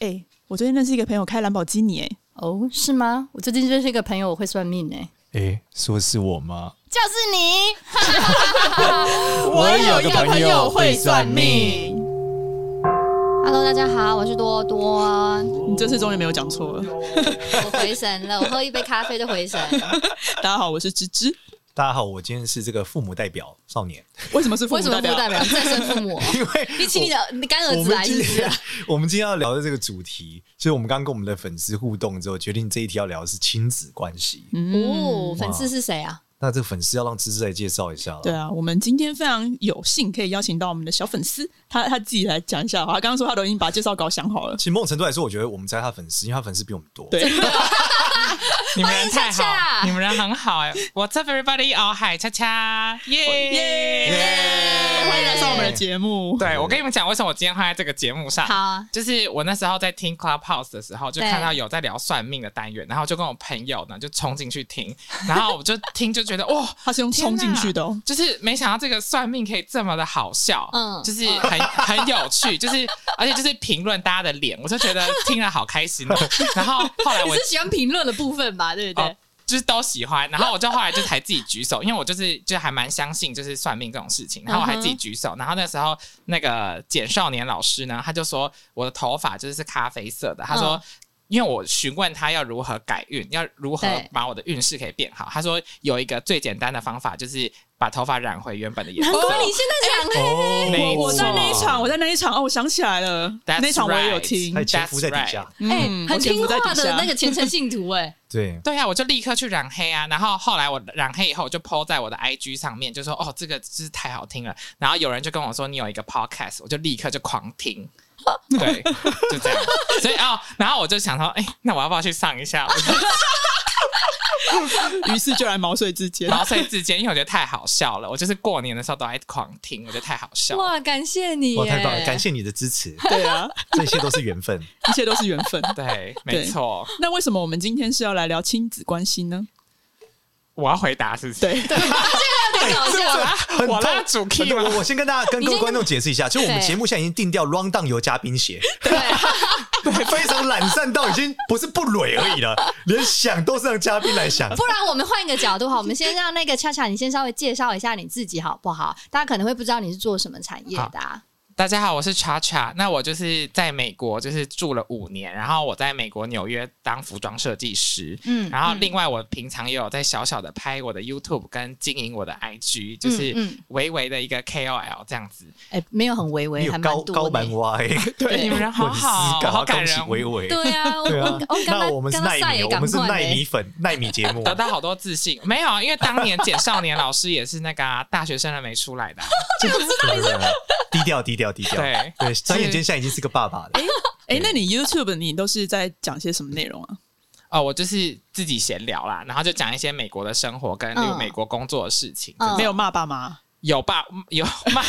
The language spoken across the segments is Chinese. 哎、我最近认识一个朋友开兰博基尼、哎，哦，是吗？我最近认识一个朋友，我会算命哎、哎、说是我吗？就是你。我有个朋友会算命。 Hello，大家好，我是多多，你这次终于没有讲错了。 我回神了，我喝一杯咖啡就回 神。大家好，我是芝芝。大家好，我今天是这个父母代表少年，为什么是父为母什么代不表？代表再生父 母？因为你请你的啊你干儿我我子们来今是不是天？ 我们今天要聊的这个主题，就是我们刚刚跟我们的粉丝互动之后，决定这一题要聊的是亲子关系。哦，粉丝是谁啊？那这个粉丝要让芝芝来介绍一下了。对啊，我们今天非常有幸可以邀请到我们的小粉丝，他他自己来讲一下好。他刚刚说他都已经把介绍稿想好了。其实某种程度来说，我觉得我们猜他粉丝，因为他粉丝比我们多。对，你们人太欢迎恰恰好，你们人很好哎、What's up, everybody? 哦，嗨，恰恰，耶！ 耶！欢迎来上我们的节目。对，我跟你们讲，为什么我今天会在这个节目上？好啊，就是我那时候在听 Clubhouse 的时候，就对看到有在聊算命的单元，然后就跟我朋友呢就冲进去听，然后我就听就觉得 哇，他是用冲进去的、哦，就是没想到这个算命可以这么的好笑，嗯嗯，就是很很有趣，就是而且就是评论大家的脸，我就觉得听了好开心 哦。然后后来你我是喜欢评论的部分吧？对不对哦？就是都喜欢，然后我就后来就才自己举手，因为我就是就还蛮相信就是算命这种事情，然后我还嗯自己举手，然后那时候那个简少年老师呢，他就说我的头发就是咖啡色的，他说。嗯因为我询问他要如何改运，要如何对把我的运势可以变好。他说有一个最简单的方法，就是把头发染回原本的颜色。难怪你现在讲黑。哦没我在那一错场，我在那一场哦，我想起来了 That's 那一场我也有 right 听他。潜伏在底 That's 下 right 哎、嗯很我潜听伏在话底的下那个虔诚信徒哎、 对，对啊，我就立刻去染黑啊，然后后来我染黑以后，我就 PO 在我的 IG 上面，就说哦，这个真是太好听了。然后有人就跟我说你有一个 podcast，我就立刻就狂 听。对，就这样。所以哦，然后我就想说，哎、那我要不要去上 一下？我就于是就来毛遂自 荐。毛遂自荐，因为我觉得太好笑了。我就是过年的时候都爱狂听，我觉得太好笑了。哇，感谢你、哇，耶！太棒了！感谢你的支持，对啊，这些都是缘分。 一切都是缘分。对，没错， 那为什么我们今天是要来聊亲子关系呢？我要回答是不是？对，哎太搞笑了。很我拉痛主 key 吗我我先跟大家跟你各先位观众解释一下，就是我们对节目现在已经定掉 round down 由嘉宾写，对， 对，非常懒散到已经不是不蕊而 已了，连想都是让嘉宾来想。不然我们换一个角度哈，我们先让那个恰恰，你先稍微介绍一下你自己好不好？大家可能会不知道你是做什么产业的、啊。大家好，我是查查。那我就是在美国，就是住了五年，然后我在美国纽约当服装设计师。嗯嗯，然后另外我平常也有在小小的拍我的 YouTube 跟经营我的 IG，就是嗯嗯微微的一个 KOL 这样子。哎、没有很微你微，有还蛮高多的高蛮歪，对，你们人好 粉丝好，哦高好感恭喜人，伟伟。对啊，我对啊我我，刚那刚我们是刚刚赛奈米，哦也我赶们是快奈米呢。 粉，奈米节目得。到好多自信。没有啊，因为当年简少年老师也是那个啊、大学生了没 出来的啊、对对对低调低调低调。对对，张眼间现在已经是个爸爸了。哎、那你 YouTube 你都是在讲些什么内容啊？哦，我就是自己闲聊啦，然后就讲一些美国的生活跟嗯美国工作的事情。嗯没有骂爸妈，有爸 有骂，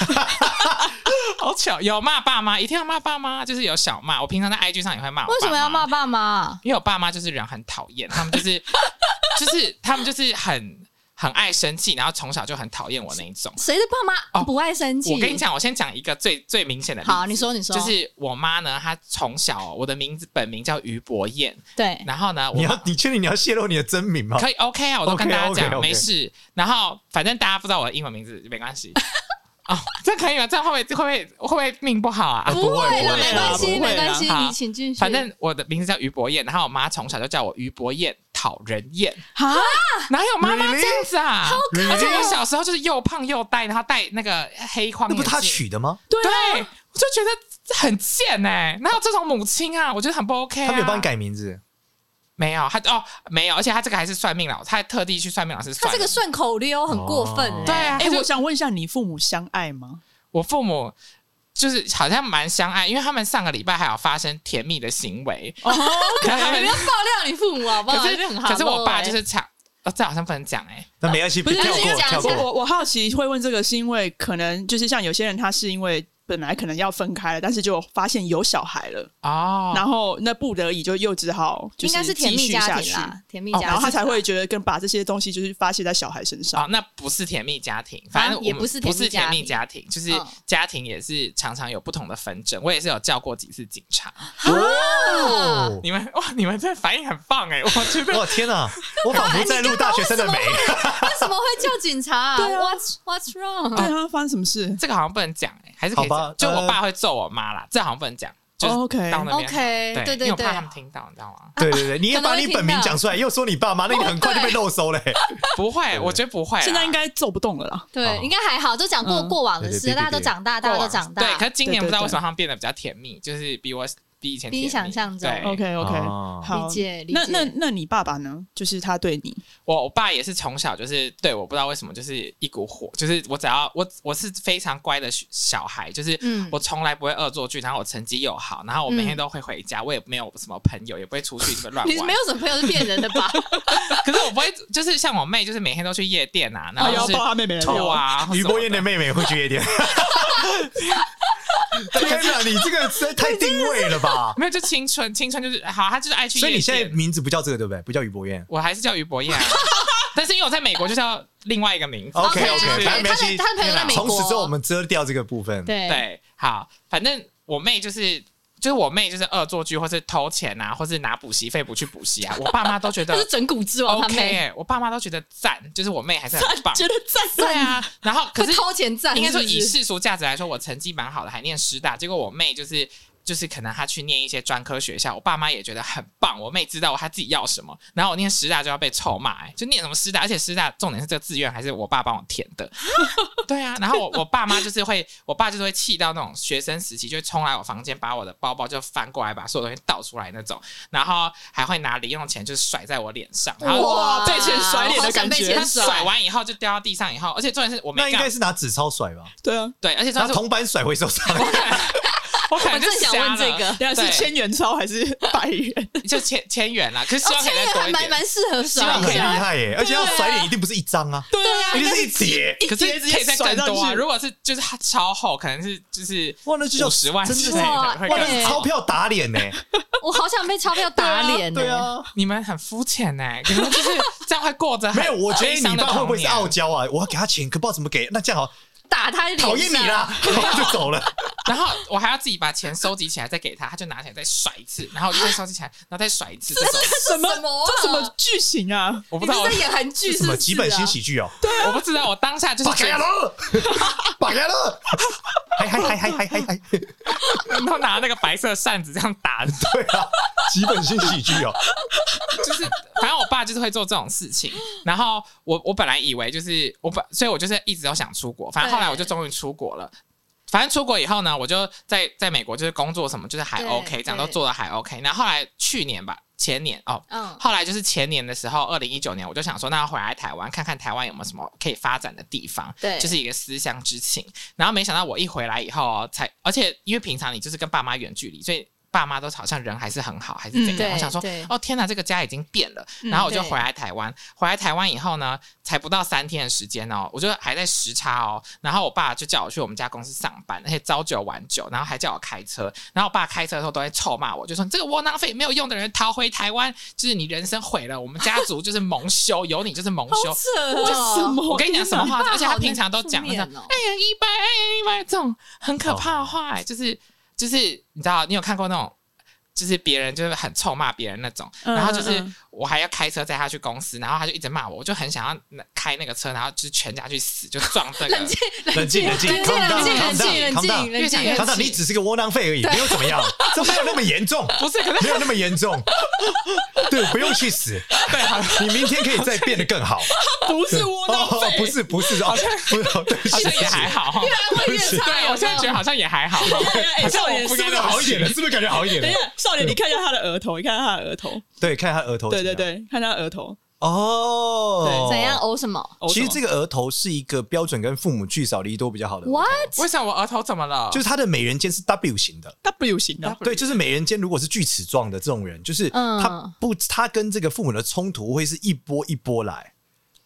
好巧，有骂爸妈，一定要骂爸妈，就是有小骂。我平常在 IG 上也会骂。为什么要骂？爸妈？因为我爸妈就是人很讨厌，他们就是就是他们就是很很爱生气，然后从小就很讨厌我那一种。谁的爸妈哦不爱生气？我跟你，讲，我先讲一个最最明显的例子。好，你说你说，就是我妈呢，她从小我的名字本名叫于博燕，对，然后呢，我你妈要你确定你要泄露你的真名吗？可以 OK 啊，我都跟 OK，大家 OK，讲 OK 没事。然后反正大家不知道我的英文名字没关 系。哦，这可以吗？这样会不会会不会会不会命不好啊？不会啦，不会没关系，不会啦没关系，好你请继续。反正我的名字叫于博燕，然后我妈从小就叫我于博燕讨人厌，哈，哪有妈妈啊 Really？这样子啊？可爱而且我小时候就是又胖又呆，然后戴那个黑框那不眼镜，是他取的吗？对对啊，，我就觉得很贱哎、哪有这种母亲啊？我觉得很不 OK、啊。他没有帮你改名字，没有，他哦没有，而且他这个还是算命老，他还特地去算命老师他算。这个顺口溜很过分哦对哎，啊，哎、他就我想问一下，你父母相爱吗？我父母就是好像蛮相爱，因为他们上个礼拜还有发生甜蜜的行为。 哦，可是他哎你不们要爆料你父母好不好？可这很是好可是我爸漏就哎是抢，哦，这好像不能讲哎、那没关系，不是跳就是过讲跳一下过。我我好奇会问这个，是因为可能就是像有些人，他是因为本来可能要分开了，但是就发现有小孩了，哦，然后那不得已就又只好就应该是甜继蜜续家下庭去，啦，甜蜜哦家庭，然后他才会觉得跟把这些东西就是发泄在小孩身上。哦，那不是甜蜜家庭，反正我们啊也不是甜不蜜是家庭甜蜜家庭，就是嗯哦家庭也是常常有不同的纷争。我也是有叫过几次警察，啊你们哇，你们这反应很棒哎，我觉得哇天哪！ 我仿佛在录大学生的美。 为什么会叫警察、啊？对啊 What's What's wrong？、对啊，发生什么事？这个好像不能讲哎，还是可以好讲吧。就我呃哦爸会揍我妈啦，这好像不能讲。就是 OK 到那边 OK，对对对因为我对怕他们听到，你知道吗？对对对，你也可能把会你本名听到讲出来，又说你爸妈，那你很快就被漏收嘞。不会，我觉得不会啦。现在应该揍不动了啦。对，哦应该还好，都讲过嗯过往的对对事，对对大家都长大，大家都长大。对，可是今年对对不知道为什么他们变得比较甜蜜，就是比我比以前比你甜蜜想象中对 OK OK，啊哦好，理解理解那那那你爸爸呢？就是他对你，我我爸也是从小就是对我不知道为什么就是一股火，就是我只要我我是非常乖的小小孩，就是嗯我从来不会恶作剧，然后我成绩又好，然后我每天都会回家，我也没有什么朋友，也不会出去乱你嗯 没玩有。什么朋友是骗人的吧？可是我不会，就是像我妹，就是每天都去夜店啊，然后哎就要是哦抱他妹妹来吐聊。啊，于什么波燕的妹妹会去 夜店。天哪，你这个实在太定位 了吧？没有就青春，青春就是好，她就是爱去夜所店。以你现在名字不叫这个对不对？不叫于博燕。我还是叫于博彦啊，但是因为我在美国就叫另外一个名字。 OK OK，就是 OK，反正没关系。他的他的朋友在美国从此之后我们遮掉这个部分。对对，好，反正我妹就是就是我妹就是恶作剧，或是偷钱啊，或是拿补习费不去补习啊，我爸妈都觉他是得整蛊之王，他 OK，、妹欸、我爸妈都觉得赞，就是我妹还是很棒。觉得赞，对啊，然后可会是掏钱赚， 应该说是不是以世俗价值来说，我成绩蛮好的，还念师大，结果我妹就是。就是可能她去念一些专科学校，我爸妈也觉得很棒。我妹知道她自己要什么，然后我念师大就要被臭骂、欸，就念什么师大，而且师大重点是这个志愿还是我爸帮我填的。对啊，然后我我爸妈就是会，我爸就是会气到那种学生时期，就会冲来我房间，把我的包包就翻过来，把所有东西倒出来那种，然后还会拿零用钱就是甩在我脸上，然后哇被钱甩脸的好想感被觉钱他甩甩完以后就掉到地上以后，而且重点是我没那应干该是拿纸钞甩吧，对啊，对，而且重拿点是铜板甩回 手上。 我可能就我正想瞎问这了个等一下对是啊千元钞还是百 元？就千千元啦，可是希望哦可以再多还一蛮点。蛮适合啊这样耍很厉一下。害耶，而且要甩脸一定不是一张啊，对啊一定是一叠。可是一叠直接可以再甩更上多啊！去如果是就是它超厚，可能是就是哇，那就叫50万真的之是类哇的，会 哇，那更是哎厚钞。票打脸呢，我好想被钞票打脸欸呢对。啊，你们很肤浅哎，你们就是这样会过着很 没有，我觉得悲你伤的爸会不会是童年傲娇啊？我要给他钱，可不知道怎么给，那这样好，打他脸上讨厌你啦！，然后就走了。然后我还要自己把钱收集起来再给他，他就拿起来再甩一次，然后再收集起来，然后再甩一次。这种什 什么啊这什么剧情啊？我不你知们道，在演韩剧是什不是么啊？几本新喜剧哦？我不知道，我当下就是把开觉得了，把开了，还还还还还还还，对然后嗯拿那个白色扇子这样打，啊，几本新喜剧哦， 就是反正我爸就是会做这种事情。然后我我本来以为就是我本，所以我就是一直都想出国。反正后来我就终于出国了。反正出国以后呢，我就在在美国就是工作什么，就是还对 OK，这样都对做的还 OK。然后后来去年吧，前年哦，嗯，后来就是前年的时候，二零一九年，我就想说，那要回来台湾看看台湾有没有什么可以发展的地方，对就是一个思乡之情。然后没想到我一回来以后哦，才而且因为平常你就是跟爸妈远距离，所以。爸妈都好像人还是很好，还是怎嗯样？对我想说对，哦天哪，这个家已经变了。嗯然后我就对回来台湾，回来台湾以后呢，才不到三天的时间哦，我就还在时差哦。然后我爸就叫我去我们家公司上班，而且朝九晚九，然后还叫我开车。然后我爸开车的时候都会臭骂我，就说你这个窝囊废没有用的人，逃回台湾就是你人生毁了，我们家族就是蒙羞，有你就是蒙羞。扯为什？么？我跟你讲什么话你，爸而且好他能平常都讲负那面种哦哎呀一百，哎呀一百这种很可怕的话、哎就是就是你知道，你有看过那种？就是别人就是很臭骂别人那种，嗯然后就是嗯嗯我还要开车载他去公司，然后他就一直骂我，我就很想要拿开那个车，然后就是全家去死，就撞这个。冷静，冷静冷静哎冷静，冷静，冷静，冷静，冷越讲静越。康纳，你只是个窝囊废而已，没有怎么样，这没有那么严重，不是，可是没有那么严重，对，不用去死，对，你明天可以再变得更好。 不是窝囊哦，废，不是不是哦，不是，哦对不起好像也还，好哈。越是对，我现在觉得好像也还好。哎，少年，对不是起不是是不是好一点了？是不是感觉好一点了等一？下，少年，你看一下他的额头，你看一下他的额头，对，看他额头，对对，对，看他额头。哦，怎样？呕什么其实这个个额头是一个标准跟父母聚少离多比较好的额头， ？What？为什么我额头怎么了？就是它的美人尖是 W 型的。 W 型的 W 对，就是美人尖，如果是锯齿状的这种人，就是嗯他不，他跟这个父母的冲突会是一波一波来，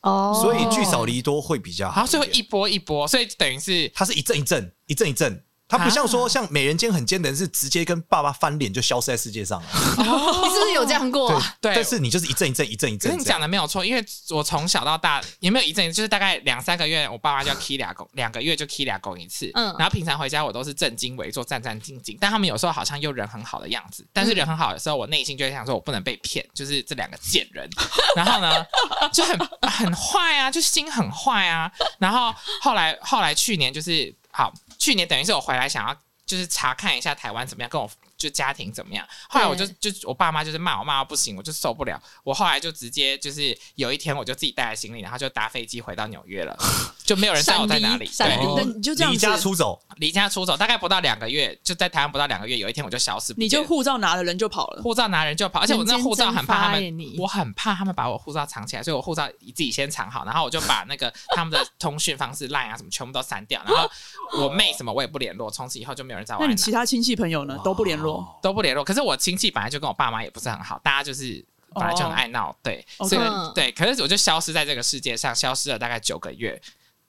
哦啊所以聚少离多会比较好好。像是会一，波一波，所以等于是它是一阵一阵，一阵一阵，他不像说像美人尖很尖的人是直接跟爸爸翻脸就消失在世界上了，你是不是有这样过啊？对但是你就是一阵一阵一阵一可是阵你这样讲。的没有错，因为我从小到大也没有一阵，就是大概两三个月，我爸妈就要 k 俩狗，两个月就 k 俩狗一次。嗯然后平常回家我都是正襟危坐、战战兢兢，但他们有时候好像又人很好的样子，但是嗯人很好的时候，我内心就会想说，我不能被骗，就是这两个贱人。然后呢，就很很坏啊，就心很坏啊。然后后来后来去年就是好，去年等于是我回来想要就是查看一下台湾怎么样，跟我就家庭怎么样。后来我就就我爸妈就是骂我骂到不行，我就受不了。我后来就直接就是有一天我就自己带着行李，然后就搭飞机回到纽约了，就没有人知道我在哪里。闪离闪对离，那你就这样哦离子，家出走，离家出走大概不到两个月，就在台湾不到两个月，有一天我就消失不见了，你就护照拿了，人就跑了。护照拿人就跑，而且我那护照很怕人间蒸发他耶们你，我很怕他们把我护照藏起来，所以我护照自己先藏好，然后我就把那个他们的通讯方式、line 啊什么全部都删掉，然后我妹什么我也不联络，从此以后就没有人在我那来你拿其他亲戚朋友呢？都不联络。都不联络。可是我亲戚本来就跟我爸妈也不是很好，大家就是本来就很爱闹，对， OK 所以对，可是我就消失在这个世界上，消失了大概九个月。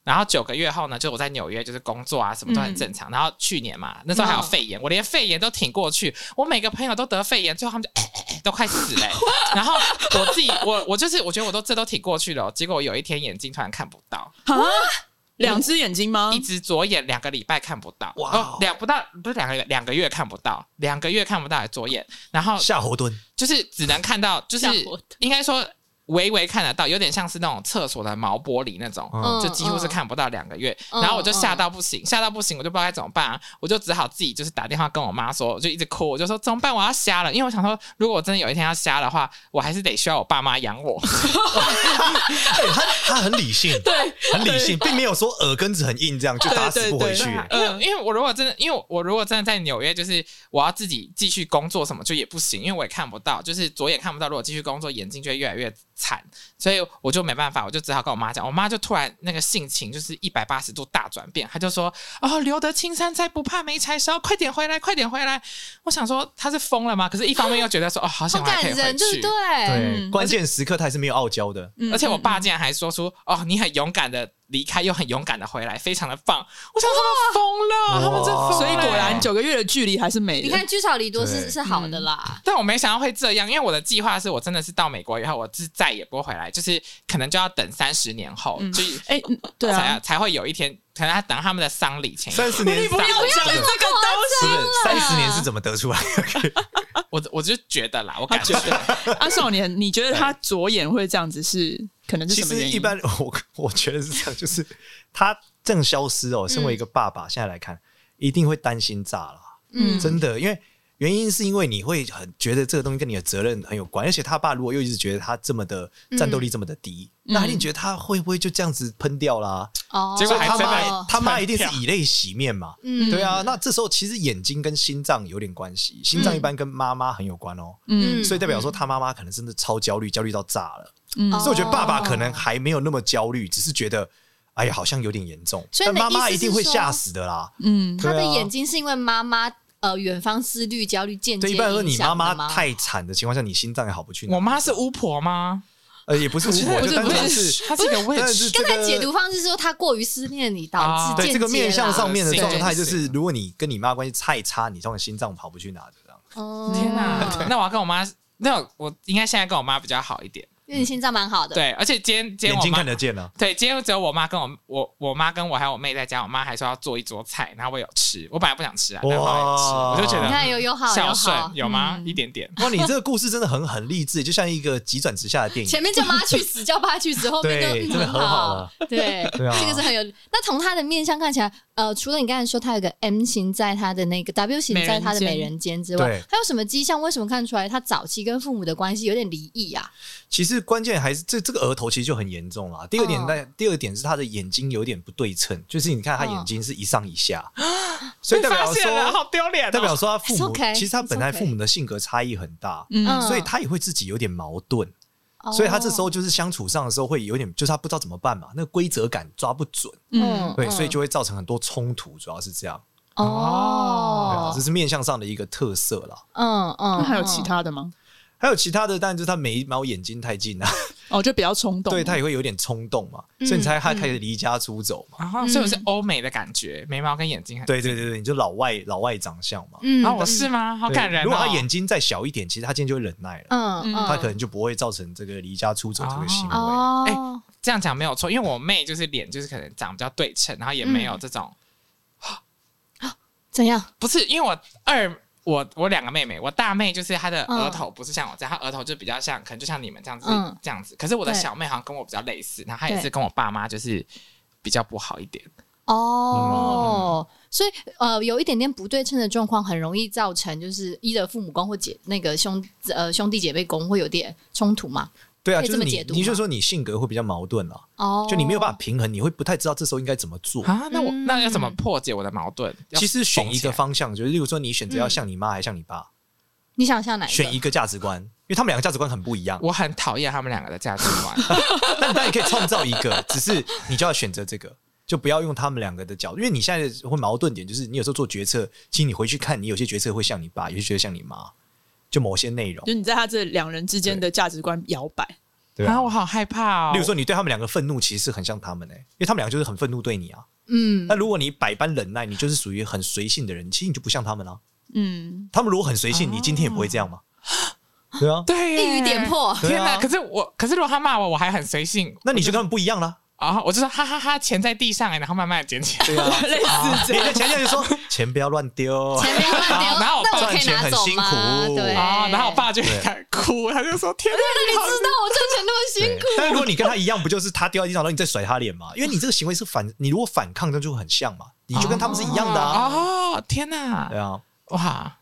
然后九个月后呢，就是我在纽约，就是工作啊，什么都很正常。然后去年嘛，那时候还有肺炎，我连肺炎都挺过去。我每个朋友都得肺炎，最后他们就 都快死了欸、然后我自己，我我就是我觉得我都这都挺过去了哦、结果我有一天眼睛突然看不到，啊，两只眼睛吗一？只左眼两个礼拜看不到，哇哦，两不到不是两个月，两个月看不到，两个月看不到左眼，然哦后夏 侯惇就是只能看到，就是吓我应该说微微看得到，有点像是那种厕所的毛玻璃那种。嗯就几乎是看不到两个月，嗯然后我就吓到不行，吓到不行，我就不知道该怎么办、啊，我就只好自己就是打电话跟我妈说，我就一直哭，我就说怎么办，我要瞎了，因为我想说，如果我真的有一天要瞎的话，我还是得需要我爸妈养我，对哎他他很理性，对，很理性，并没有说耳根子很硬这样就打死不回去。对对因为嗯因为我如果真的，因为我如果真的在纽约，就是我要自己继续工作什么，就也不行，因为我也看不到，就是左眼看不到，如果继续工作，眼睛就会越来越惨，所以我就没办法，我就只好跟我妈讲，我妈就突然那个性情就是一百八十度大转变，她就说：“哦，留得青山在，不怕没柴烧，快点回来，快点回来。”我想说她是疯了吗？可是一方面又觉得说：“哦，好好想还感可以回人，对啊不去。”对？对，关键时刻他还是没有傲娇的。嗯而且我爸竟然还说出：“哦，你很勇敢的离开，又很勇敢的回来，非常的棒。”我想他们疯了，他们真疯哇了。所以果欸然九个月的距离还是美的。你看，聚少离多是对是好的啦。但我没想到会这样，因为我的计划是我真的是到美国以后，我是再也不会回来，就是可能就要等三十年后，嗯就是哎，嗯对才、啊，才会有一天，可能他等他们的丧礼前一天，三十年，你不啊要讲这个东不是三十年是怎么得出来的？ 我我就觉得啦，我感觉西。啊，少年，你觉得他左眼会这样子是可能是其什么实原因？一般我我觉得是这样，就是他正消失哦。身为一个爸爸，现在来看，一定会担心炸了，嗯，真的，因为。原因是因为你会很觉得这个东西跟你的责任很有关，而且他爸如果又一直觉得他这么的战斗力这么的低，嗯那他一定觉得他会不会就这样子喷掉啦？哦，结果还他真的妈哦他妈一定是喷掉以泪洗面嘛，嗯嗯对啊，那这时候其实眼睛跟心脏有点关系，心脏一般跟妈妈很有关哦，嗯所以代表说他妈妈可能真的超焦虑，焦虑到炸了。嗯哦所以我觉得爸爸可能还没有那么焦虑，只是觉得哎呀好像有点严重，所以但你的妈妈意一思是定会说吓死的啦。嗯他的对啊眼睛是因为妈妈呃远方思虑焦虑间接对，一般来说影你响妈的妈吗太惨的情况下，你心脏也好不去哪。我妈是巫婆吗？呃也不是巫婆，不就是单不纯是是她是一个但 witch，是刚才解这个读方式说他过于思念你导啊致对这个间接面相啦上面的对状态，就对是如果你跟你妈关系太差，你通常心脏跑不去哪的这样。哦天哪！那我要跟我妈，那我我应该现在跟我妈比较好一点，因为你心脏蛮好的，对，而且今天今天眼我睛妈看得见啊，对，今天只有我妈跟我我我妈跟我还有我妹在家，我妈还说要做一桌菜，然后我有吃，我本来不想吃啊，但后来吃，哇我就觉你得看有有好有孝顺好，有吗？嗯一点点。哇，你这个故事真的很很励志，就像一个急转直下的电影。前面叫妈去死，叫爸去死，后面就对嗯真的很很好了。对，对啊这个是很有。那从他的面相看起来，呃，除了你刚才说他有个 M 型在他的那个 W 型在他的美人尖之美人外尖对，还有什么迹象？为什么看出来他早期跟父母的关系有点离异啊？其实关键还是这这个额头其实就很严重了。第二点嗯在、第二点是他的眼睛有点不对称，就是你看他哦眼睛是一上一下，所以代啊被表发现了，说好丢脸、哦。代表说他父母 It's okay, 其实他本 it's 来 okay 父母的性格差异很大，嗯嗯所以他也会自己有点矛盾，哦所以他这时候就是相处上的时候会有点，就是他不知道怎么办嘛，那个规则感抓不准，哦嗯对，所以就会造成很多冲突，主要是这样，对啊哦，这是面相上的一个特色啦。嗯嗯，那还有其嗯他的吗？还有其他的，当然就是他眉毛眼睛太近了、啊哦，就比较冲动， 对他也会有点冲动嘛，嗯所以你猜他开始离家出走嘛？然后嗯所以我是欧美的感觉，眉毛跟眼睛很对对对对，你就老外老外长相嘛。嗯然后我哦是吗？好对感人哦。如果他眼睛再小一点，其实他今天就会忍耐了，嗯嗯，他可能就不会造成这个离家出走这个行为。哦，这样讲没有错，因为我妹就是脸就是可能长比较对称，然后也没有这种，怎样？不是因为我二。我我两个妹妹，我大妹就是她的额头不是像我这样，她额头就比较像，可能就像你们这样子、嗯这样子。可是我的对小妹好像跟我比较类似，然后她也对是跟我爸妈就是比较不好一点。哦，嗯所以呃，有一点点不对称的状况，很容易造成就是一的父母宫或姐那个兄呃兄弟姐妹宫会有点冲突嘛。对啊，可以就这么是你解，读吗你就说你性格会比较矛盾啊，哦，就你没有办法平衡，你会不太知道这时候应该怎么做。啊，那我、嗯那要怎么破解我的矛盾？要其实选缝一起个来嗯方向，就是例如说你选择要像你妈还是像你爸，你想像哪一个？选一个价值观，因为他们两个价值观很不一样。嗯我很讨厌他们两个的价值 观。但但你可以创造一个， 只是你就要选择这个，就不要用他们两个的角度，因为你现在会矛盾点就是，你有时候做决策，其实你回去看，你有些决策会像你爸，有些决策像你妈，就某些内容，就你在他这两人之间的价值观摇摆，对啊，吧？我好害怕哦。例如说，你对他们两个愤怒，其实是很像他们诶、欸因为他们两个就是很愤怒对你啊。嗯那如果你百般忍耐，你就是属于很随性的人，其实你就不像他们啊。嗯，他们如果很随性，你今天也不会这样嘛？对啊，对耶，一语点 破。对天哪！啊可，是我，可是如果他骂我，我还很随性。那你就跟他们不一样啦。啊，我就说哈哈哈，钱在地上哎，然后慢慢地捡起来。对啊， 类似这 你样。的前任就说钱不要乱丢，前面乱 丢，然后那我赚可以钱拿很走辛吗？苦对，啊，然后我爸就会开始哭，他就说：“天哪， 你知道我赚钱那么辛对苦，但如果你跟他一样，不就是他掉在地上，然后你再甩他脸嘛？因为你这个行为是反，你如果反抗，那就很像嘛，你就跟他们是一样的啊。嗯哦，天哪对，啊，哇，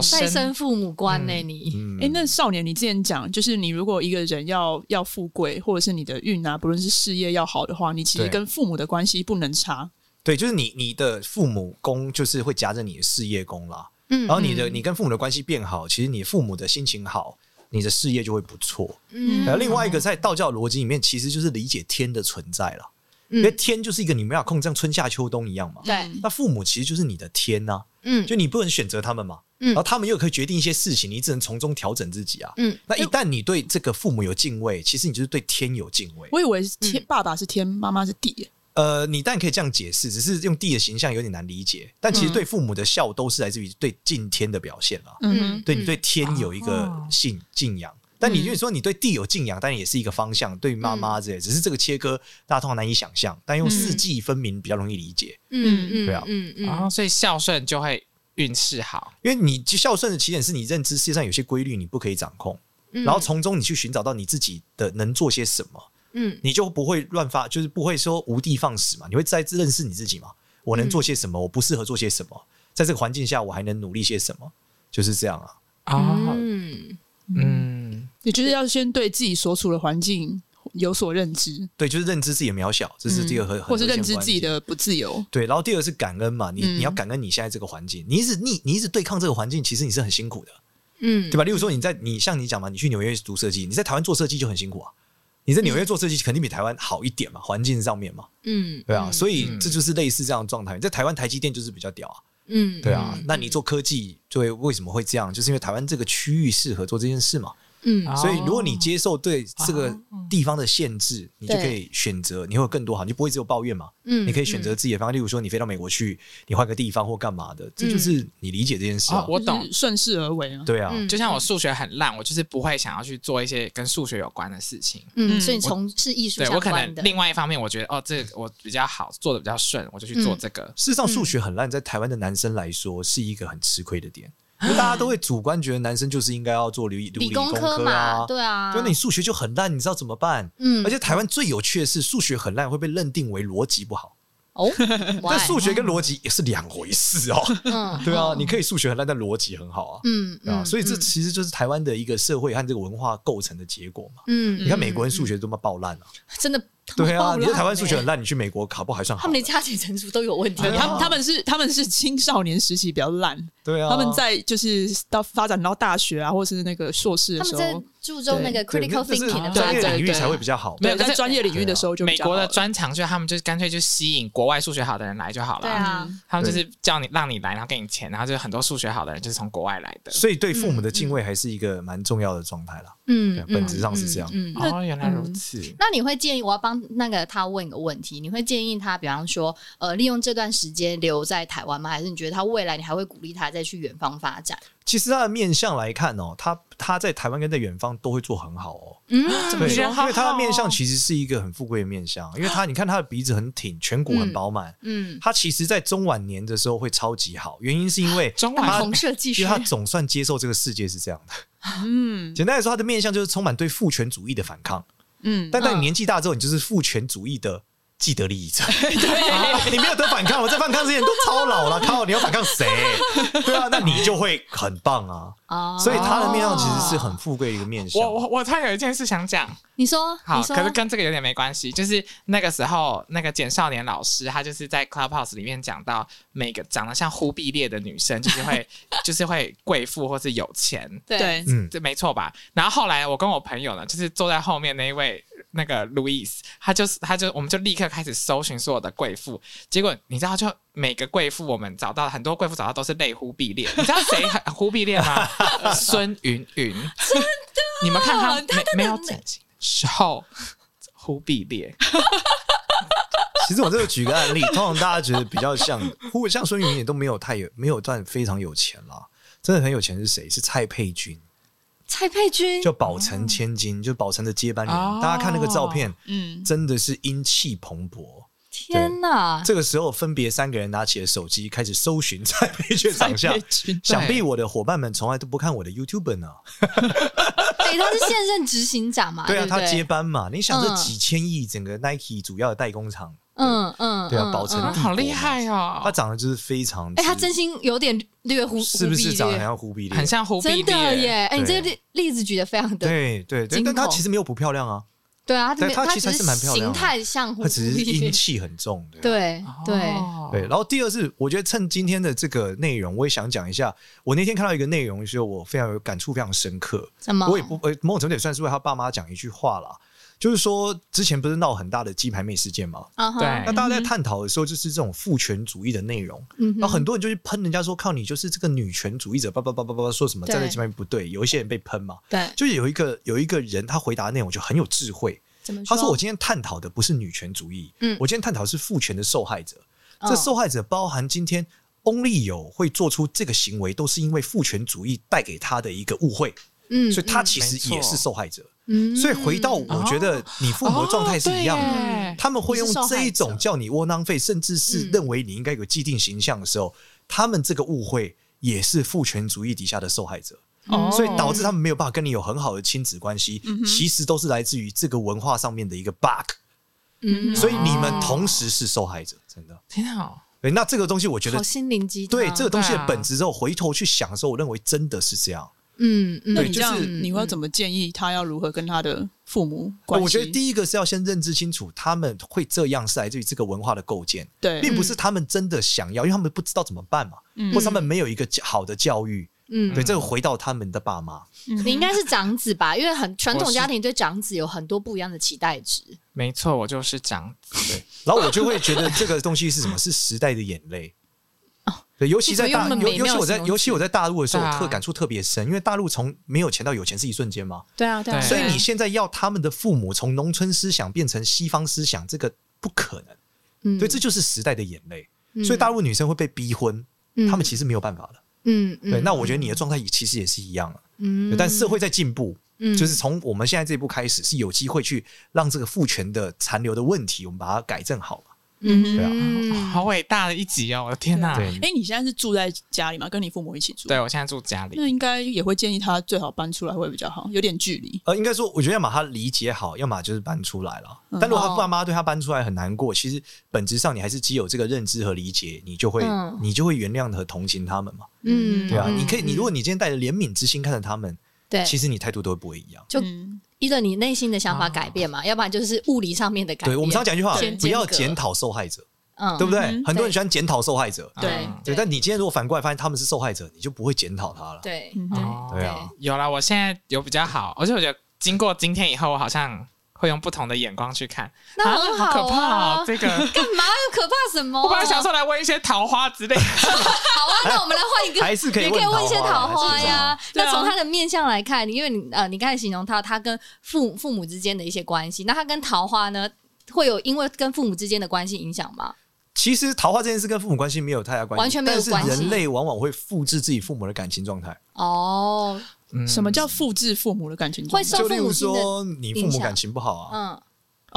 再深生父母官呢？你嗯，哎、那少年，你之前讲，就是你如果一个人要要富贵，或者是你的运啊，不论是事业要好的话，你其实对跟父母的关系不能差。对，就是你你的父母宫就是会夹着你的事业宫啦，嗯然后你的你跟父母的关系变好，其实你父母的心情好。你的事业就会不错。嗯然呃后另外一个在道教逻辑里面，其实就是理解天的存在了，因为嗯天就是一个你没法控制，像春夏秋冬一样嘛。对那父母其实就是你的天呐、嗯嗯就你不能选择他们嘛，嗯然后他们又可以决定一些事情，你只能从中调整自己啊。嗯那一旦你对这个父母有敬畏，其实你就是对天有敬畏。我以为是天、爸爸是天，妈妈是地，呃，你当然可以这样解释，只是用地的形象有点难理解。但嗯其实对父母的孝都是来自于对敬天的表现啦，嗯，对你对天有一嗯个哦信敬仰。但你就是说你对地有敬仰，当然也是一个方向，对妈嗯妈之类，只是这个切割大家通常难以想象，但用四季分明比较容易理解。嗯嗯对啊嗯啊！嗯所以孝顺就会运势好。因为你孝顺的起点是你认知世界上有些规律你不可以掌控，嗯，然后从中你去寻找到你自己的能做些什么，嗯你就不会乱发，就是不会说无的放矢嘛，你会再认识你自己嘛，嗯我能做些什么，我不适合做些什么，在这个环境下我还能努力些什么，就是这样啊。哦，嗯嗯，也就是要先对自己所处的环境有所认知，对，就是认知自己的渺小，这是第二和、很嗯或是认知自己。很核心关键的不自由。对，然后第二个是感恩嘛，你嗯你要感恩你现在这个环境，你一直你你一直对抗这个环境，其实你是很辛苦的，嗯，对吧？例如说你在你像你讲嘛，你去纽约读设计，你在台湾做设计就很辛苦啊，你在纽约做设计肯定比台湾好一点嘛，环境上面嘛，嗯对啊，所以嗯这就是类似这样的状态。在台湾台积电就是比较屌啊，嗯对啊，嗯那你做科技，对，为什么会这样？就是因为台湾这个区域适合做这件事嘛。嗯哦所以如果你接受对这啊个地方的限制，你就可以选择，你会有更多好，你就不会只有抱怨嘛。嗯你可以选择自己的方向，例如说你飞到美国去，你换个地方或干嘛的，这就是你理解这件事哦啊。我懂就，是顺势而为啊。对啊，嗯就像我数学很烂，我就是不会想要去做一些跟数学有关的事情。嗯，嗯所以你从事艺术对我相可能关的，另外一方面，我觉得哦，这个我比较好，做的比较顺，我就去做嗯这个。事实上，数学很烂，在台湾的男生来说是一个很吃亏的 点，因为大家都会主观觉得男生就是应该要做理读理理工科科嘛，啊，对啊，就那你数学就很烂，你知道怎么办？嗯而且台湾最有趣的是，数学很烂会被认定为逻辑不好， 哦，但 why？数学跟逻辑也是两回事哦。嗯 对啊，你可以数学很烂，但逻辑很好啊。嗯对啊，所以这嗯其实就是台湾的一个社会和这个文化构成的结果嘛。嗯，你看美国人数学多么爆烂 啊！真的 对爆啊，烂你在台湾数学欸很烂，你去美国考不好还算他好们。连加减乘除都有问题对，啊他们他们是他们是青少年时期比较烂，对啊，他们在就是到发展到大学啊，或是那个硕士他的们时在候，注重那个对 critical 那这是 thinking 的专发业展。领域对才会比较好。啊没有对，可在是专业领域的时候就比美较国好的了专长就是他们就干脆就吸引国外数学好的人来就好了对啊。啊，他们就是叫你让你来，然后给你钱，然后就很多数学好的人就是从国外来的。所以对父母的敬畏还是一个蛮重要的状态啦。嗯对，啊嗯本质上是这样嗯嗯哦，原来如此。那你会建议我要帮那个他问一个问题，你会建议他，比方说，呃，利用这段时间留在台湾吗？还是你觉得他未来你还会鼓励他再去远方发展？其实他的面相来看哦，他他在台湾跟在远方都会做很好哦。嗯，怎么对，说啊人好因好为他的面相哦其实是一个很富贵的面相，因为他你看他的鼻子很挺，颧骨很饱满。嗯，他其实，在中晚年的时候会超级好，原因是因为中晚他红色技因师为他总算接受这个世界是这样的。嗯简单来说，他的面相就是充满对父权主义的反抗。嗯，但当嗯你年纪大之后，你就是父权主义的既得利益者。 对，你没有得反抗，我在反抗之前都超老了，靠，你要反抗谁？对啊，那你就会很棒啊。哦所以他的面相其实是很富贵的一个面相。我我我突然有一件事想讲，你说，好，你说，可是跟这个有点没关系。就是那个时候，那个简少年老师，他就是在 Clubhouse 里面讲到，每个长得像忽必烈的女生，就是会 就是会贵妇或是有钱，对，嗯，这没错吧？然后后来我跟我朋友呢，就是坐在后面那一位那个 Louis，他就是他就我们就立刻开始搜寻所有的贵妇，结果你知道就。每个贵妇，我们找到很多贵妇找到都是类忽必烈，你知道谁很 忽必烈吗？孙云云，真的，你们看他没没有整形的时候，忽必烈，其实我这个举个案例，通常大家觉得比较像，或像孙云也都没有太有，没有算非常有钱啦。真的很有钱是谁？是蔡佩君，蔡佩君就宝城千金，就宝城的接班人。哦大家看那个照片，嗯，真的是英气蓬勃。天哪， 这个时候，分别三个人拿起了手机，开始搜寻蔡佩君 长相蔡佩君。想必我的伙伴们从来都不看我的 YouTube 呢。哎，他是现任执行长嘛？对对啊，不他对接，班嘛。你想，这嗯几千亿整个 Nike 主要的代工厂，嗯嗯，对啊嗯保存嗯啊好厉害哦！他长得就是非常之，哎，他真心有点略忽，是不是长得很忽像忽必烈？很像忽必必烈烈，真的耶？哎，你这个对例例子举的非常的，对对对，金但他口其实没有不漂亮啊，对啊，他这对边他他其实只还是蛮漂亮形的态像忽他只是必烈阴气很重。啊对对，哦对，然后第二是，我觉得趁今天的这个内容，我也想讲一下。我那天看到一个内容，是我非常有感触，非常深刻。什么？我也不，呃，某种程度也算是为他爸妈讲一句话啦，就是说之前不是闹很大的鸡排妹事件嘛？啊哈，对那大家在探讨的时候，就是这种父权主义的内容，嗯哼然后很多人就去喷人家说，靠你就是这个女权主义者，叭叭叭叭叭，说什么对站在鸡排妹不对，有一些人被喷嘛。对，就是有一个有一个人，他回答的内容就很有智慧，怎么他说：“我今天探讨的不是女权主义，嗯我今天探讨的是父权的受害者。嗯这受害者包含今天翁立友会做出这个行为，都是因为父权主义带给他的一个误会，嗯所以他其没实错也是受害者。嗯所以回到我觉得你父母的状态是一样的。哦对耶他们会用你是受害者这一种叫你窝囊废，甚至是嗯认为你应该有既定形象的时候，他们这个误会也是父权主义底下的受害者。哦所以导致他们没有办法跟你有很好的亲子关系，其实都是来自于这个文化上面的一个 bug。嗯所以你们同时是受害者，真的。天啊！对，那这个东西我觉得好，心灵鸡汤，对这个东西对的啊本质之后，回头去想的时候，我认为真的是这样。嗯嗯，那对你就这样是你会怎么建议他要如何跟他的父母关系？我觉得第一个是要先认知清楚，他们会这样是来自于这个文化的构建，对，并不是他们真的想要，因为他们不知道怎么办嘛，嗯或是他们没有一个好的教育。嗯对，这个回到他们的爸妈，嗯你应该是长子吧？因为很传统家庭对长子有很多不一样的期待值。没错，我就是长子。对，然后我就会觉得这个东西是什么？是时代的眼泪。对，尤其在你大，哦怎么尤用那么美尤妙其的我在形容词尤其我在大陆的时候，对啊我特感触特别深，因为大陆从没有钱到有钱是一瞬间嘛，对啊，对啊对所以你现在要他们的父母从农村思想变成西方思想，这个不可能。嗯你对，这就是时代的眼泪。嗯所以大陆女生会被逼婚，嗯她们其实没有办法的。嗯嗯对，那我觉得你的状态其实也是一样的。嗯对但社会在进步，嗯就是从我们现在这一步开始，是有机会去让这个父权的残留的问题，我们把它改正好嘛。嗯对啊好伟大的一集哦！我的天哪！对哎，你现在是住在家里吗？跟你父母一起住？对，我现在住家里那，应该也会建议他最好搬出来会比较好，有点距离。呃，应该说，我觉得要么他理解好，要么就是搬出来了。嗯但如果哦他爸妈对他搬出来很难过，其实本质上你还是既有这个认知和理解，你就会、嗯你就会原谅和同情他们嘛。嗯对啊，嗯你可以，你如果你今天带着怜悯之心看着他们，对，其实你态度都会不会一样。就嗯依着啊你内心的想法改变嘛，要不然就是物理上面的改变。对我们常讲一句话先，不间要隔检讨受害者，嗯，对不对？嗯很多人喜欢检讨受害者，对嗯对。但你今天如果反过来发现他们是受害者，你就不会检讨他了。对嗯哦哼，对对啊，有了，我现在有比较好，而且我觉得经过今天以后，我好像会用不同的眼光去看。那啊很好好可怕啊哦，这个。干嘛？又可怕什么？我本来想说来问一些桃花之类的，好啊，那我们来换一个，还是可以也可以问一些桃桃花花呀。对啊那从他的面相来看，因为你呃，你刚才形容他，他跟父父母之间的一些关系，那他跟桃花呢，会有因为跟父母之间的关系影响吗？其实桃花这件事跟父母关系没有太大关系，完全没有但关是系人类往往会复制自己父母的感情状态，哦，嗯什么叫复制父母的感情状态？会受就例父母如亲的，说你父母感情不好啊，嗯，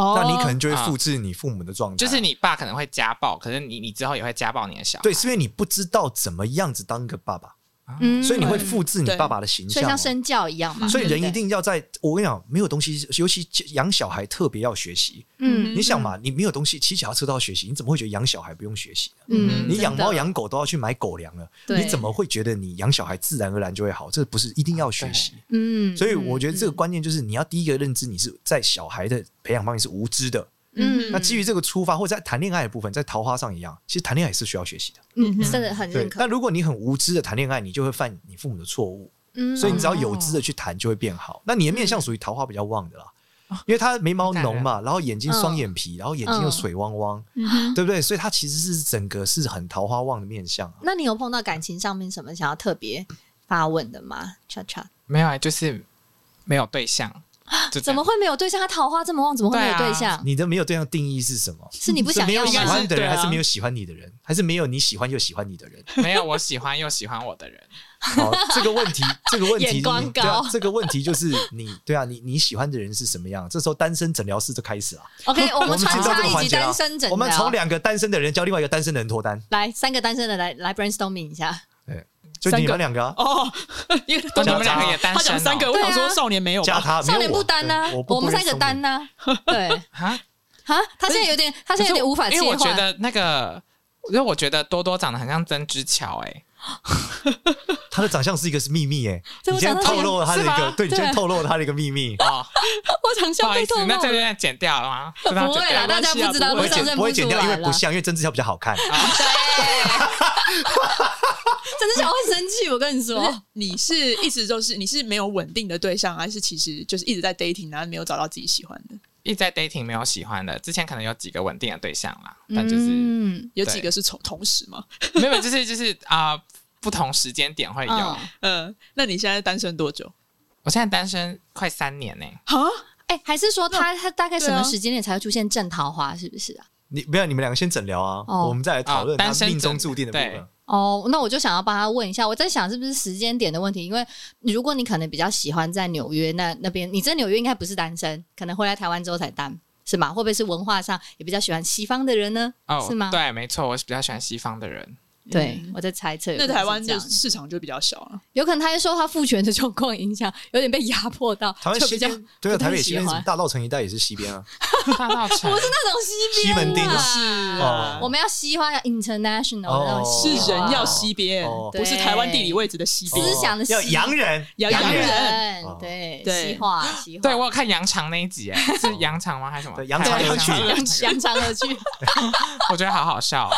哦那你可能就会复制你父母的状态啊，就是你爸可能会家暴，可是你你之后也会家暴你的小孩。对，是因为你不知道怎么样子当个爸爸，嗯所以你会复制你对爸爸的形所象以哦、像身教一样嘛，所以对不人对一，定要在，我跟你讲，没有东西，尤其养小孩特别要学习。嗯你想嘛，你没有东西，骑脚踏车都要学习，你怎么会觉得养小孩不用学习呢？嗯，你养猫真的养狗都要去买狗粮了，对你怎么会觉得你养小孩自然而然就会好？这不是一定要学习。嗯，所以我觉得这个嗯观念就是，你要第一个认知，你是在小孩的培养方面是无知的。嗯，那基于这个出发，或者在谈恋爱的部分，在桃花上一样，其实谈恋爱也是需要学习的。嗯真的很认对，可那，如果你很无知的谈恋爱，你就会犯你父母的错误。嗯所以你只要有知的去谈，就会变好。那你的面相属于桃花比较旺的啦，哦因为他眉毛浓嘛，然后眼嗯睛双眼皮，然后眼睛又水汪汪，嗯对不对？所以他其实是整个是很桃花旺的面相啊。那你有碰到感情上面什么想要特别发问的吗？恰恰没有啊，就是没有对象，就这啊怎样么会没有对象？他桃花这么旺，怎么会没有对象？你的没有对象定义是什么？是你不是想没有要喜吗？欢的人，应该是对啊还是没有喜欢你的人，还是没有你喜欢又喜欢你的人？没有我喜欢又喜欢我的人？好，这个问 题，这个问题，眼光你对啊高，这个问题就是你对啊，你你喜欢的人是什么样？这时候单身诊疗室就开始了。 OK，我我们们进穿到这插个一环集节啊单身诊疗，我们从两个单身的人教另外一个单身的人脱单，来三个单身的来来 brainstorming 一下。就三你个们两个啊，哦， 因为哦你们两个也单他身讲哦三个，我想对说啊少年没有加吧？他，少没年有不单呐对我，不我们三个单呐。呐，对啊，啊，他现在有点，他现在有点无法因切为我觉换。得那个，因为我觉得多多长得很像曾之乔，哎，他的长相是一个是秘密哎、对你我今天想到透露了他的一是个吧，对，你今天对透露了他的一个秘密。哦， 我长不相好被意透思，露那这了，段剪掉了吗？不 不会啦，大家啊不知道，不不会路会上剪，认不会出剪掉，因来为了啊不。像，因为曾志乔比较好看。真的想会生气，我跟你说不，是你是一直都是你是没有稳定的对象，还是其实就是一直在 dating，然后没有找到自己喜欢的？一直在 dating 没有喜欢的，之前可能有几个稳定的对象啦，但就是嗯有几个是同同时吗？没有，就是就是啊，不同时间点会有嗯。嗯，那你现在单身多久？我现在单身快三年呢，啊，哎，还是说他他大概什么对啊时间点才会出现正桃花，是不是啊？你没有，你们两个先诊疗啊，哦我们再来讨论哦他单身命中诊注定的部对分。哦，那我就想要帮他问一下，我在想是不是时间点的问题？因为如果你可能比较喜欢在纽约那那边，你在纽约应该不是单身，可能回来台湾之后才单，是吗？会不会是文化上也比较喜欢西方的人呢？哦，是吗？对，没错，我是比较喜欢西方的 人。对嗯我在猜测有可那能是这样。台湾就市场就比较小了。有可能他是受他父权的状况影响，有点被压迫到，台湾就比西较边，对啊，不太台北喜西边什么欢大稻城一带也是西边啊。大道城，不是那种西边西门町啦是啊我们要西化要 international 哦的那种西是化，人要西边，哦不是台湾地理位置的西边。思想的哦要西洋人，洋洋人哦对对西化西化，对我有看羊肠那一集，哎，是羊肠吗？还是什么？对扬长而去扬扬扬长哦长而去。我觉得好好笑哦，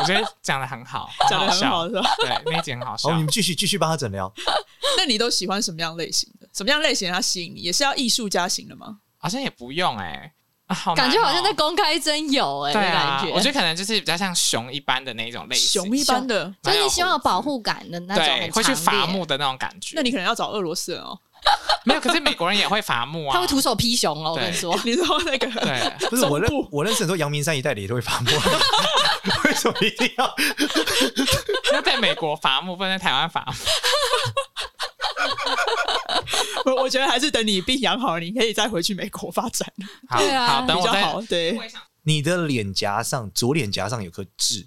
我觉得讲的很好，讲的很好好笑，是吧？对，那一集很好笑哦好，。你们继续继续帮他诊 疗。 那你都喜欢什么样类型的？什么样类型他吸引你？也是要艺术家型的吗？好像也不用哎，啊好难感哦觉好像在公开真有哎、对的啊感，我觉得可能就是比较像熊一般的那一种类型，熊一般的，就是你希望有保护感的那种对，很会去伐强烈木，的那种感觉。那你可能要找俄罗斯人哦。 没有？可是美国人也会伐木 啊，他会徒手劈熊哦，我对跟你说， 你说那个对，啊不是我认中部我认识很多阳明山一带的也都会发梦， 为什么一定要？ 要在美国伐木，不能在台湾伐木。 我我觉得还是等你病养好了，你可以再回去美国发展，好对啊好，等比我较再好。对，啊你的脸颊上左脸颊上有颗痣，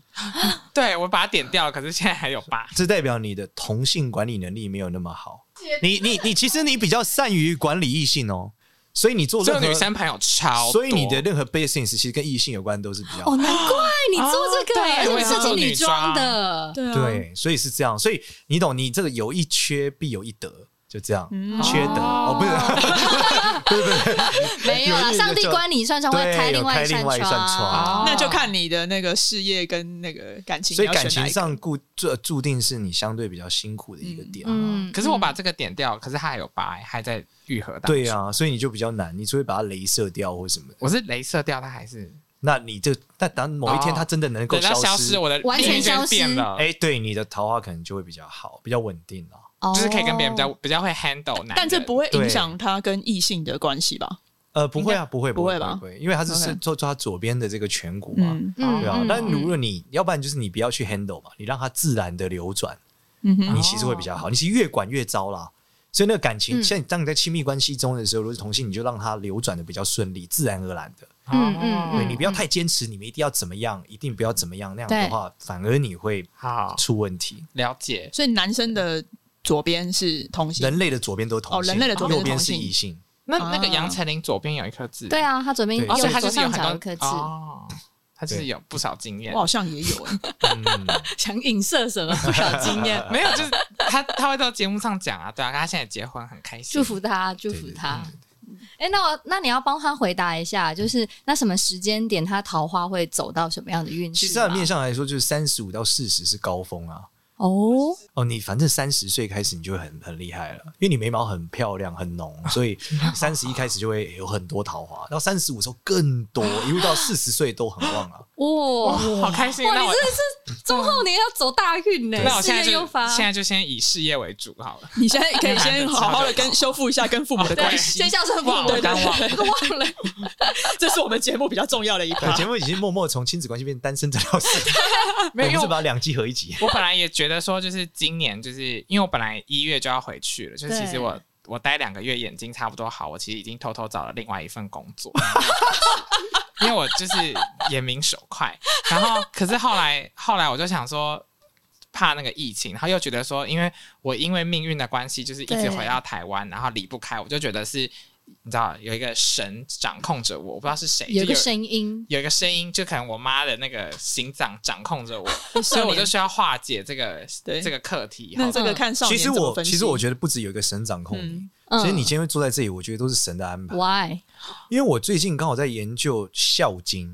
对我把它点掉了，可是现在还有疤。这代表你的同性管理能力没有那么好。你你你，其实你比较善于管理异性哦，所以你做这任个何女生朋友超多，所以你的任何 business 其实跟异性有关都是比较哦，难怪你做这个，啊而且你对是我也是做情女侣装装的，对啊，对，所以是这样，所以你懂，你这个有一缺必有一得，就这样，嗯缺德哦哦，不是， 没有啦，有一个上帝叫关你一扇窗，会对开另外有开另外一扇扇窗哦窗。哦那就看你的那个事业跟那个感情，所你以要选感情哪一个上固注注定是你相对比较辛苦的一个点。啊嗯，可是我把这个点掉，可是它还有疤、欸，还在愈合当中。对啊，所以你就比较难，你除非把它镭射掉或什么的。我是镭射掉，它还是那你就但等某一天哦它真的能够等它消失，我的完全命运就消失变了，哎、对你的桃花可能就会比较好，比较稳定啊了。嗯就是可以跟别人比较比较会 handle 男人。但这不会影响他跟异性的关系吧？呃，不会啊，不会，不会会吧不会，因为它是 OK 是做做它左边的这个颧骨嘛，嗯嗯对啊嗯。但如果你要不然就是你不要去 handle 嘛，你让它自然的流转，嗯哼，你其实会比较好。你是越管越糟啦，所以那个感情，嗯像你当你在亲密关系中的时候，如果是同性，你就让它流转的比较顺利，自然而然的。哦嗯嗯对嗯你不要太坚持，你们一定要怎么样，一定不要怎么样，那样的话，反而你会好出问题。了解。所以男生的左边是同性，人类的左边都是同性，哦人类的左边右是边同是性异性。那啊那个杨丞琳左边有一颗痣，对啊，他左边对右哦，所以他左就是上有很角多一颗痣，哦，他就是对有不少经验。我。好像也有哎、嗯，想影射什么不小经验没有，就是他他会到节目上讲啊，对啊，他现在结婚很开心，祝福他，祝福他。嗯哎、那我那你要帮他回答一下，就是那什么时间点他桃花会走到什么样的运势吗？其实按面上来说，就是三十五到四十是高峰啊。哦，哦，你反正三十岁开始你就会很很厉害了，因为你眉毛很漂亮 很浓，所以三十一开始就会有很多桃花，到三十五时候更 多，一路到四十岁都很旺啊。哇、哇， 好开心。哇，那你我真的是中后年要走大运呢、那我现在事业就又发，现在就先以事业为主好了。你现在可以先好好的跟修复一下跟父母的关对，系，先孝顺父哇母，我刚忘了忘了， 这是我们节目比较重要的一对，趴节。目已经默默从亲子关系变单身这条事， 我没们有因为是我把两季合一集。 我本来也觉得说，就是今年，就是因为我本来一月就要回去了，就是其实对我我待两个月，眼睛差不多好，我其实已经偷偷找了另外一份工 作，因为我就是眼明手快。然后，可是后来后来我就想说。怕那个疫情，然后又觉得说，因为我因为命运的关系，就是一直对回到台湾，然后离不开，我就觉得是，你知道有一个神掌控着我，我不知道是谁，有一就个声音，有一个声音，就可能我妈的那个心脏掌控着我， 所以我就需要化解这个对这个课题。那好这个看少其年实怎么我分析。其实我觉得不止有一个神掌控你，嗯其实你今天会坐在这里，我觉得都是神的安排。 why？因为我最近刚好在研究《孝经》，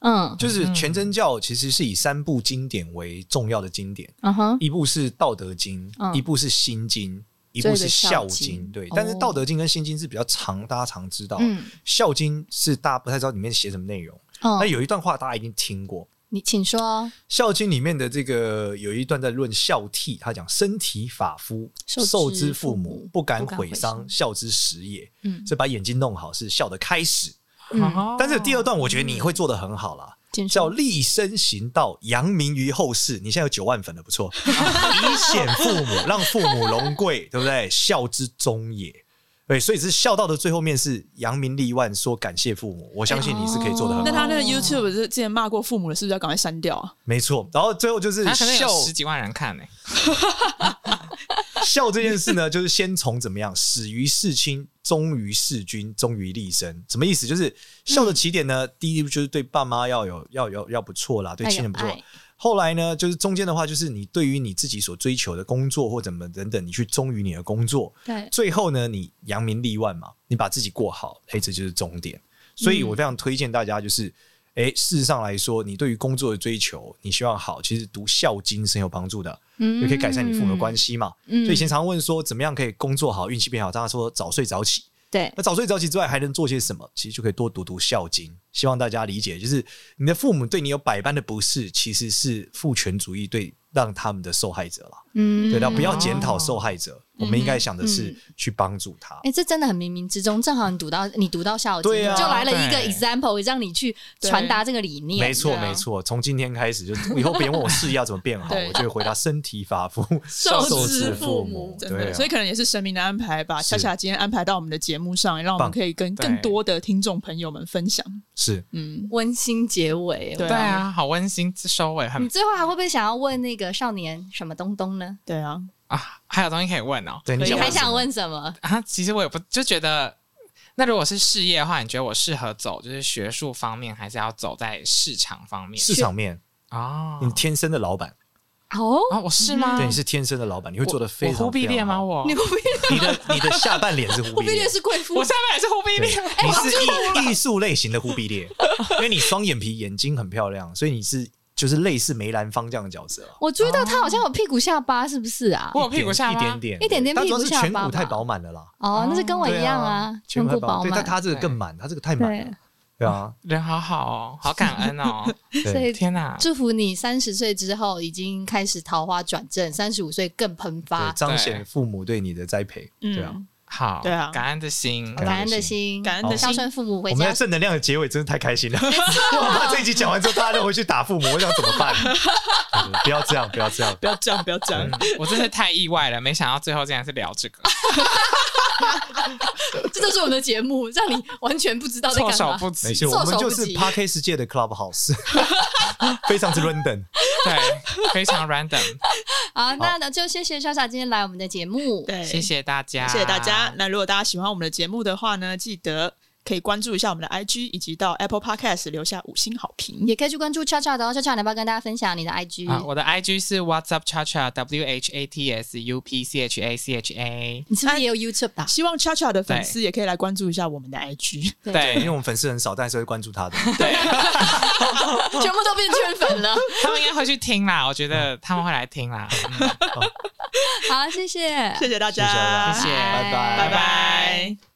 嗯就是全真教其实是以三部经典为重要的经典，嗯哼，一部是《道德经》嗯一部是《心经》，一部是这《孝个孝经经》。对哦，但是《道德经》跟《心经》是比较常大家常知道，嗯孝经》是大家不太知道里面写什么内容。那、嗯，有一段话大家一定听过，你请说，哦《孝经》里面的这个有一段在论孝悌，他讲身体发肤，受之受之父父母母，不敢不敢毁毁伤，伤孝之始也。嗯所以把眼睛弄好是孝的开始。嗯，哦但是第二段我觉得你会做的很好啦。请叫说，立身行道，扬名于后世。你现在有九万粉了，不错。以显父母，让父母荣贵，对不对？孝之终也。对，所以是孝道的最后面是扬名立万，说感谢父母。我相信你是可以做的很那好，哦他那个 YouTube 是之前骂过父母的，是不是要赶快删掉啊？没错。然后最后就是他可能有孝十几万人看呢、孝这件事呢， 就是先从怎么样始于事亲，忠于事君，忠于立身。什么意思？就是孝的起点呢，第一就是对爸妈要有要有要不错啦，对嗯要有亲人不爱错。后来呢，就是中间的话，就是你对于你自己所追求的工作或怎么等等，你去忠于你的工作。对，最后呢，你扬名立万嘛，你把自己过好，哎、这就是终点。所嗯以我非常推荐大家，就是，哎、事实上来说，你对于工作的追求，你希望好，其实读《孝经》是很有帮助的，嗯也可以改善你父母的关系嘛。嗯所以以前常问说，怎么样可以工作好，运气变好？大家说早睡早起，对，那早睡早起之外还能做些什么？其实就可以多读读《孝经》，希望大家理解，就是你的父母对你有百般的不是，其实是父权主义对让他们的受害者了。嗯对，那不要检讨受害者，我们应该想的是嗯去帮助他哎、。这真的很冥冥之中，正好你读到你读到孝经，对啊就来了一个对 example，让你去传达这个理念。没错，对啊没错。从今天开始，就以后别人问我事业要怎么变好，对我就会回答身体发肤，受之之父父母。真对的，啊所，以可能也是神明的安排吧。是恰恰今天安排到我们的节目上，让我们棒可以跟对更多的听众朋友们分享。是嗯，温馨结尾。对嗯对啊，好温馨收尾，你很最后还会不会想要问那个少年什么东东呢？对啊，啊，还有东西可以问哦。对。你想还什想么？问什么？啊，其实我也不就觉得，那如果是事业的话，你觉得我适合走就是学术方面，还是要走在市场方面？市场面，哦，你天生的老板，哦，哦，我是吗？嗯对，你是天生的老板，你会做的非我常。忽必烈吗？我你忽必烈，非常 好你的你的下半脸是 忽忽必必烈是贵妇我，下面也是忽必对烈，你是艺艺术类型的忽必烈，因为你双眼皮，眼睛很漂亮，所以你是就是类似梅兰芳这样的角色啊。我注意到他好像有屁股下巴，是不是啊？我有屁股下一吗？点点，一点点但主要是屁股下颧巴骨太吧饱满了啦，哦，那是跟我一样啊，颧颧骨太骨饱饱对，但满，他这个更满，他这个太满了，对啊，人好好哦，好感 恩哦！所对，啊以天哪，祝福你三十岁之后已经开始桃花转正，三十五岁更喷对发，彰显父母对你的栽培，对啊嗯，好，对啊感恩的心，对感恩的心，感恩的孝心，顺父母，回我们家的正能量的结尾真是太开心了， 我怕这一集讲完之后大家都回去打父母，我想怎么办？ 对对不要这样，不要这样，不要这样，不要这样嗯。我真是太意外了，没想到最后竟然是聊这个， 这就是我们的节目，让你完全不知道在措手干嘛。不及没。事，措我们手就不是及 Parkes 界的 Clubhouse，非常之 London。对，非常 random，好，那呢就谢谢莎莎今天来我们的节目， 对，谢啊谢大家，谢谢大家。，那如果大家喜欢我们的节目的话呢，记得可以关注一下我们的 IG，以及到 Apple Podcast 留下五星好评。也可以去关注恰恰的哦，恰恰你要不要跟大家分享你的啊， IG？我的 IG 是 What's Up Cha Cha W H A T S U P C H A C H A，你是不是也有 YouTube 的啊？希望 Cha Cha 的粉丝也可以来关注一下我们的 IG。对因为对我们粉丝很少，但还是会关注他的。全部都变圈粉了。他们应该会去听啦，我觉得他们会来听啦，嗯好，谢谢，谢谢大谢谢家，大家谢谢，拜拜拜。